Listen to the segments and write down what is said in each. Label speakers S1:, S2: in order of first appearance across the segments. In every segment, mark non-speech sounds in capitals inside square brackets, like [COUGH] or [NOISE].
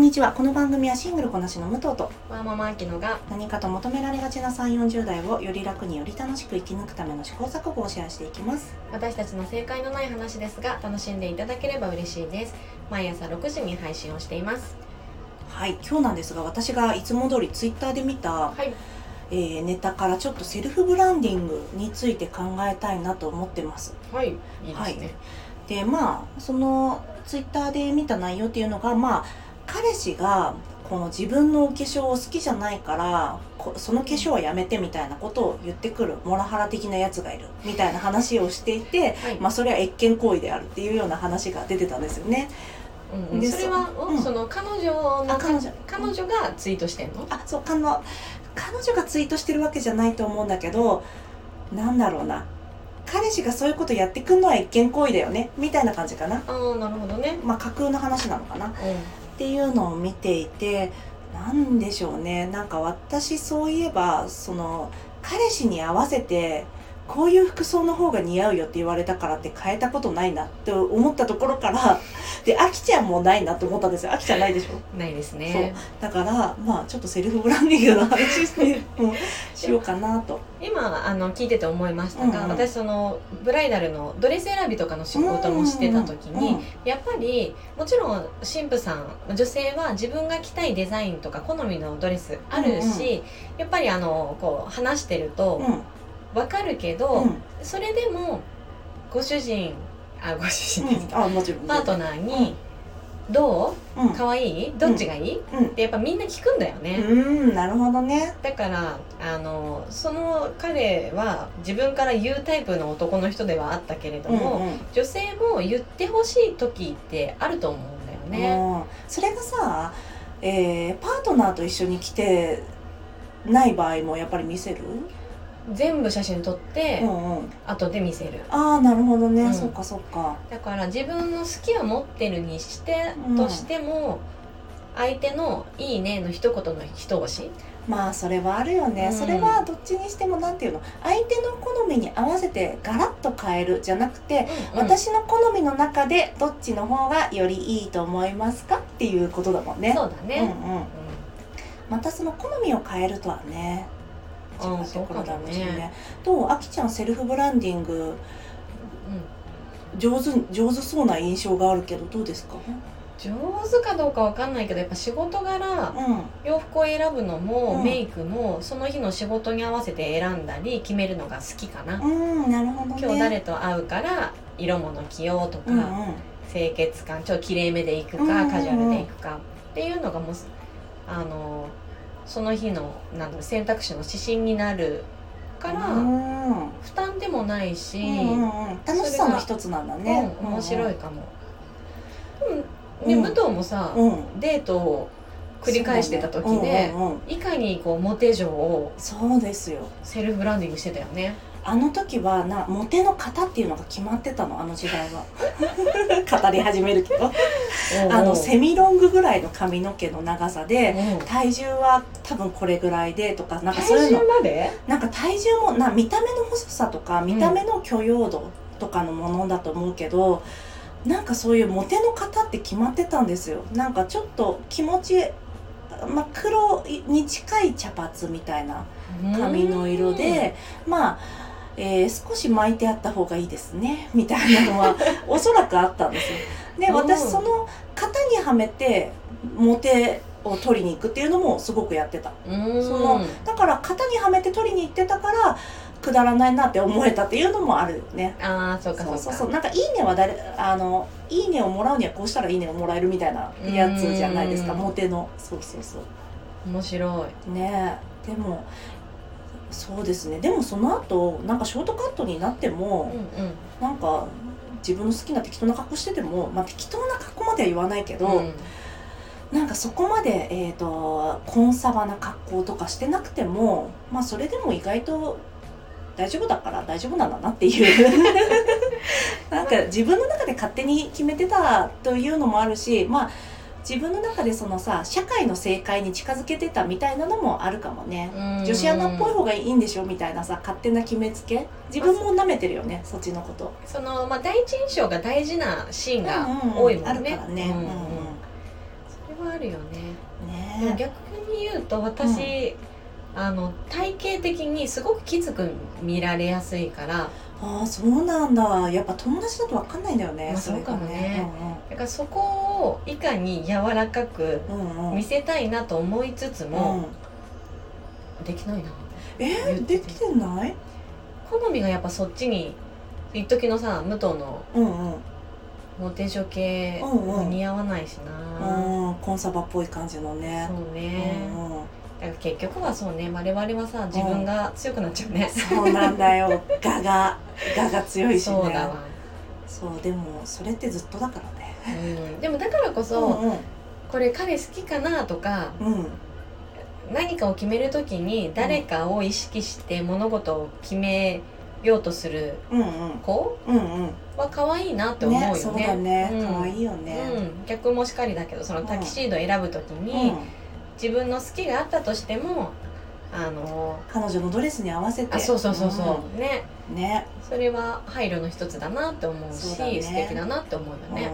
S1: にちはこの番組はシングルこなしの武藤と
S2: ワーママアキノが
S1: 何かと求められがちな3 4 0代をより楽により楽しく生き抜くための試行錯誤をシェアしていきます
S2: 私たちの正解のない話ですが楽しんでいただければ嬉しいです毎朝6時に配信をしています
S1: はい今日なんですが私がいつも通りツイッターで見た、
S2: はい
S1: えーネタからちょっとセルフブランディングについて考えたいなと思ってます
S2: はいいいです
S1: はい
S2: ね
S1: でまあそのツイッターで見た内容っていうのがまあ彼氏がこの自分のお化粧を好きじゃないからこその化粧はやめてみたいなことを言ってくるモラハラ的なやつがいるみたいな話をしていて、
S2: はい、
S1: まあ、それは越権行為であるっていうような話が出てたんですよね。
S2: うんうん
S1: で
S2: それは、
S1: そ
S2: うん
S1: うん
S2: その彼女の
S1: あ彼女
S2: 彼女がツイートしてんの
S1: あそう彼女彼女がツイートしてるわけじゃないと思うんだけどなんだろうな彼氏がそういうことやってくんのは越権行為だよねみたいな感じかな。
S2: ああなるほどね
S1: まあ架空の話なのかな。
S2: う
S1: っていうのを見ていてなんでしょうねなんか私そういえばその彼氏に合わせてこういう服装の方が似合うよって言われたからって変えたことないなって思ったところからであきちゃんもないなって思ったんですよあきちゃんないでしょ
S2: んないですね
S1: だからまあちょっとセルフブランディングの話にもしようかなと
S2: 今あの聞いてて思いましたが、
S1: うんうん
S2: 私そのブライダルのドレス選びとかの仕事もしてた時に、
S1: うん
S2: やっぱりもちろん新婦さん女性は自分が着たいデザインとか好みのドレスあるし、やっぱりあのこう話してると
S1: うん
S2: わかるけ
S1: う
S2: ど、
S1: ん
S2: それでもご主人あご主人です
S1: うん
S2: か、
S1: あもちろん
S2: パートナーに「ど
S1: うん
S2: う可愛いどっちがいい?」ってやっぱみんな聞くんだよね。
S1: うんうんなるほどね
S2: だからあのその彼は自分から言うタイプの男の人ではあったけれども、
S1: うんうん
S2: 女性も言ってほしい時ってあると思うんだよね。
S1: うんそれがさ、えーパートナーと一緒に来てない場合もやっぱり見せる、
S2: 全部写真撮って、
S1: うんうん、
S2: 後で見せる
S1: ああなるほどね、
S2: うん
S1: そっかそっか
S2: だから自分の好きを持ってるにして、
S1: うん
S2: としても相手の「いいね」の一言の一押し
S1: まあそれはあるよね、
S2: うん
S1: それはどっちにしてもなんていうの相手の好みに合わせてガラッと変えるじゃなくて、私の好みの中でどっちの方がよりいいと思いますかっていうことだもんね
S2: そうだ
S1: うん
S2: ね、
S1: うん、またその好みを変えるとはね違うところだもん
S2: うんそうかも
S1: ね
S2: ね
S1: とあきちゃんセルフブランディング
S2: うんうん
S1: 上手上手そうな印象があるけどどうですか？
S2: 上手かどうかわかんないけどやっぱ仕事柄
S1: う
S2: 洋服を選ぶのも、
S1: うん
S2: メイクもその日の仕事に合わせて選んだり決めるのが好きかな、
S1: ん、うん、なるほどね。
S2: 今日誰と会うから色物着ようとか、
S1: うんうん、
S2: 清潔感ちょっときれいめでいくか、
S1: うんうんうん
S2: カジュアルでいくかっていうのがもうあのその日のなんだろう選択肢の指針になるから、
S1: うん、うん
S2: 負担でもないし、
S1: うんうん、楽しさの一つなんだね。
S2: うん面白いかも。うん、で、
S1: うん
S2: 武藤もさ、
S1: うん。うん、
S2: デートを繰り返してた時で、
S1: うんうんうん
S2: いかにこうモテ女を
S1: そうですよ。
S2: セルフブランディングしてたよね。
S1: あの時はなモテの型っていうのが決まってたのあの時代は [LAUGHS] 語り始めるけど [LAUGHS] あのセミロングぐらいの髪の毛の長さで
S2: うん
S1: 体重は多分これぐらいでとかなんかそうい
S2: 体
S1: うの
S2: 重まで？
S1: なんか体重もな見た目の細さとか見た目の許容度とかのものだと思うけど、なんかそういうモテの方って決まってたんですよなんかちょっと気持ちまあ、黒に近い茶髪みたいな髪の色で、まあ、えー少し巻いてあった方がいいですねみたいなのは
S2: [LAUGHS]
S1: おそらくあったんですよ。で
S2: うん
S1: 私その型にはめてモテを取りに行くっていうのもすごくやってた。
S2: うん、
S1: そのだから型にはめて取りに行ってたからくだらないなって思えたっていうのもあるよね。
S2: ああそうかそう
S1: そう
S2: か
S1: そうそうなんか「いいね」は誰あの「いいね」をもらうにはこうしたら「いいね」をもらえるみたいなやつじゃないですか
S2: うん
S1: モテのそうそうそう
S2: 面白
S1: ねえでもそうですねでもその後なんかショートカットになって
S2: い。
S1: も
S2: うん、うん。
S1: なんか自分の好きな適当な格好してても、まあ、適当な格好までは言わないけど、
S2: ん
S1: なんかそこまで、えー、とコンサバな格好とかしてなくても、まあ、それでも意外と大丈夫だから大丈夫なんだなって
S2: [LAUGHS]
S1: いうなんか自分の中で勝手に決めてたというのもあるし、まあ、自分の中でそのさ社会の正解に近づけてたみたいなのもあるかもね。女子アナっぽい方がいいんでしょみたいなさ勝手な決めつけ自分も舐めてるよねそっちのこと
S2: そのまあ第一印象が大事なシーンが
S1: うんうんうん
S2: 多いも
S1: あ
S2: ん
S1: るか
S2: ね。
S1: らね、
S2: うん
S1: うんうん
S2: それははあるよねでも
S1: ね
S2: 逆に言うと私、あの体型的にすごくきつく見られやすいから
S1: ああそうなんだやっぱ友達だと分かんないんだよね、
S2: まあ
S1: れが
S2: だからそこをいかに柔らかく
S1: うんうんうんうん
S2: 見せたいなと思いつつ
S1: う
S2: も、
S1: ん
S2: できないな
S1: え
S2: 言っ
S1: ー、
S2: て
S1: で
S2: て
S1: きてない
S2: 好みがやっぱそっちに一時のさ武藤の
S1: うんうん
S2: モテ女系
S1: うんうん
S2: 似合わないしな、
S1: うん、コンサバっぽい感じのね。
S2: そう
S1: う
S2: ね、
S1: んうん、
S2: だから結局はそうね我々はさ自分が強くなっちゃうね、
S1: そうなんだ
S2: [LAUGHS]
S1: よ。ガが、ガが強いしね。
S2: そうだわ、
S1: そうでも、それってずっとだからね。
S2: うん、でもだからこそ、これ彼好きかなとか
S1: うん、うん、うん、
S2: 何かを決める時に誰かを意識して物事を決めようとする
S1: うん、
S2: 子
S1: うん、うん。
S2: は可愛いなって思うよね
S1: そうだね。
S2: うん
S1: 可愛いよね。
S2: うん、逆もしかりだけどそのタキシードを選ぶ時に、
S1: うん
S2: 自分の好きがあったとしてもあの
S1: 彼女のドレスに合わせて。
S2: あそうそうそうそう、ね
S1: うん。ね。
S2: それは配慮の一つだなって思う
S1: そ
S2: し
S1: うだね
S2: 素敵だなって思うよ
S1: うん、
S2: ね、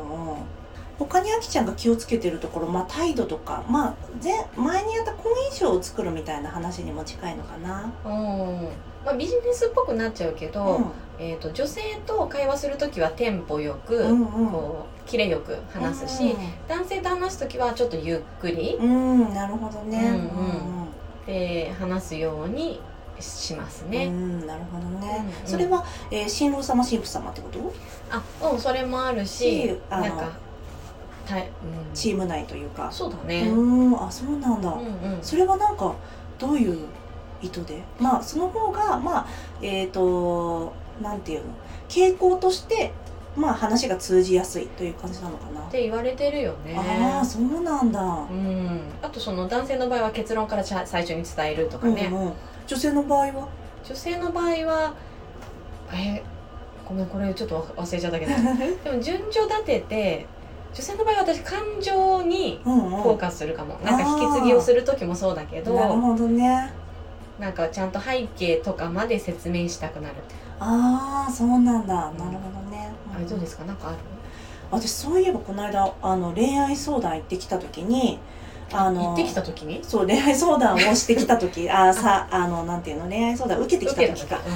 S1: うん。他にあきちゃんが気をつけてるところ、まあ態度とか、まあ前前にやった好印象を作るみたいな話にも近いのかな。
S2: うんまあ、ビジネスっぽくなっちゃうけど、えー、と女性と会話する時はテンポよく、
S1: うん、うん、うん。
S2: こうキレよく話すし、男性と話す時はちょっとゆっくり
S1: うん、うん、なるほどね。
S2: うんうんで話すようにします
S1: う
S2: ね。
S1: ん、なるほど
S2: うん
S1: ね。
S2: うん
S1: それは、えー、新郎様新婦様ってこと？
S2: あうんそれもあるし
S1: しあの
S2: なんかた、うん、
S1: チーム内というか。
S2: そうだ
S1: う
S2: ね。
S1: ん、あ、そうなんだ。
S2: うんうん
S1: それはなんかどういう意図で？まあその方がまあえっ、となんていうの傾向としてまあ話が通じやすいという感じなのかな
S2: っ。て言われてるよね。
S1: ああ、そうなんだ
S2: う。ん、あとその男性の場合は結論からちゃ最初に伝えるとか
S1: うん
S2: ね、
S1: うん。女性の場合は、
S2: 女性の場合はえごめんこれちょっとわ忘れちゃっ
S1: [LAUGHS]
S2: たけどでも順序立てて女性の場合は私感情に
S1: うんうん。
S2: フォーカスするかも、なんか引き継ぎをする時もそうだ
S1: な
S2: け
S1: る
S2: ど
S1: ほどね。
S2: なんかちゃんと背景とかまで説明したくなる、
S1: ああ、そうなんだ。なるほどね。
S2: あれどうですかなんかある
S1: 私そういえばこの間あの恋愛相談行ってきた時にあの
S2: 行ってきた時に
S1: そう恋愛相談をしてきた時あーさあのなんていうの恋愛相談を受けてきた時か
S2: 受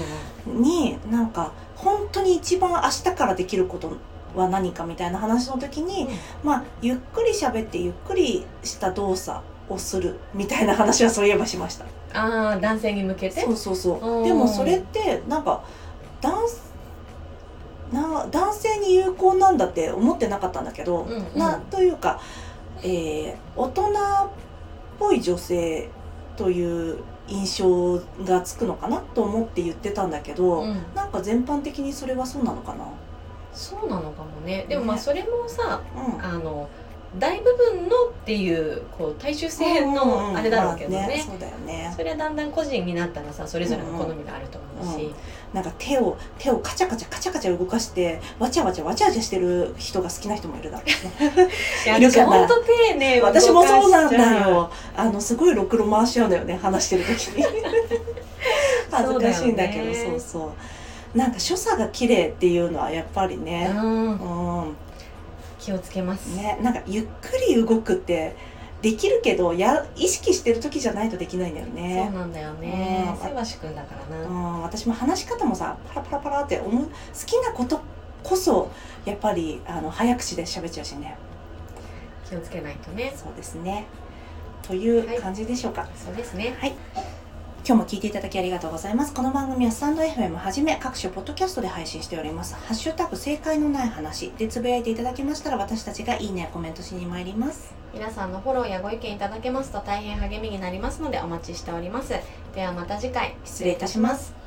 S2: けうんうん
S1: になんか本当に一番明日からできることは何かみたいな話の時に、
S2: うん
S1: まあゆっくり喋ってゆっくりした動作をするみたいな話はそういえばしました。
S2: ああ男性に向けて
S1: そうそうそ
S2: お
S1: う
S2: ー
S1: でもそれってなんか男な男性に有効なんだって思ってなかったんだけど、
S2: うんうん
S1: なというか、えー大人っぽい女性という印象がつくのかなと思って言ってたんだけど、
S2: うん
S1: なんか全般的にそれはそうなのかな、
S2: そうなのかもねでもまあ
S1: ね
S2: それもさ
S1: うん、
S2: あの大部分のっていうこう大衆性
S1: うんうんうん
S2: のあれだろうけどね,、
S1: まあねそうだよね
S2: それはだんだん個人になったらさそれぞれの好みがあると思うし、
S1: うんなんか手を手をカチャカチャカチャカチャ動かしてわちゃわちゃわちゃわちゃしてる人が好きな人もいるだろうしね
S2: いや
S1: いる
S2: 私
S1: かな
S2: ほんと丁寧 [LAUGHS] を動かしち
S1: 私
S2: ゃ
S1: もそうなんだよあのすごいろくろ回しちゃうんだよね話してる時に
S2: [LAUGHS]
S1: 恥ずかしいんだけど
S2: そう
S1: そう,、
S2: だよね
S1: そうなんか所作が綺麗っていうのはやっぱり
S2: う
S1: ね
S2: ん
S1: うん
S2: 気をつけます、
S1: ねなんかゆっくり動くってできるけどや意識してる時じゃないとできないんだよ
S2: そう
S1: ね
S2: なんだよね
S1: うん
S2: せわし君だから
S1: う
S2: なん
S1: 私も話し方もさパラパラパラって思う好きなことこそやっぱりあの早口で喋っちゃうしね
S2: 気をつけないとね
S1: そうですねという感じでしょうか、
S2: そうですね
S1: 今日も聞いていただきありがとうございます。この番組はスタンド FM はじめ各種ポッドキャストで配信しております。ハッシュタグ正解のない話でつぶやいていただきましたら私たちがいいねやコメントしに参ります。
S2: 皆さんのフォローやご意見いただけますと大変励みになりますのでお待ちしておりますではまた次回
S1: 失礼いたします。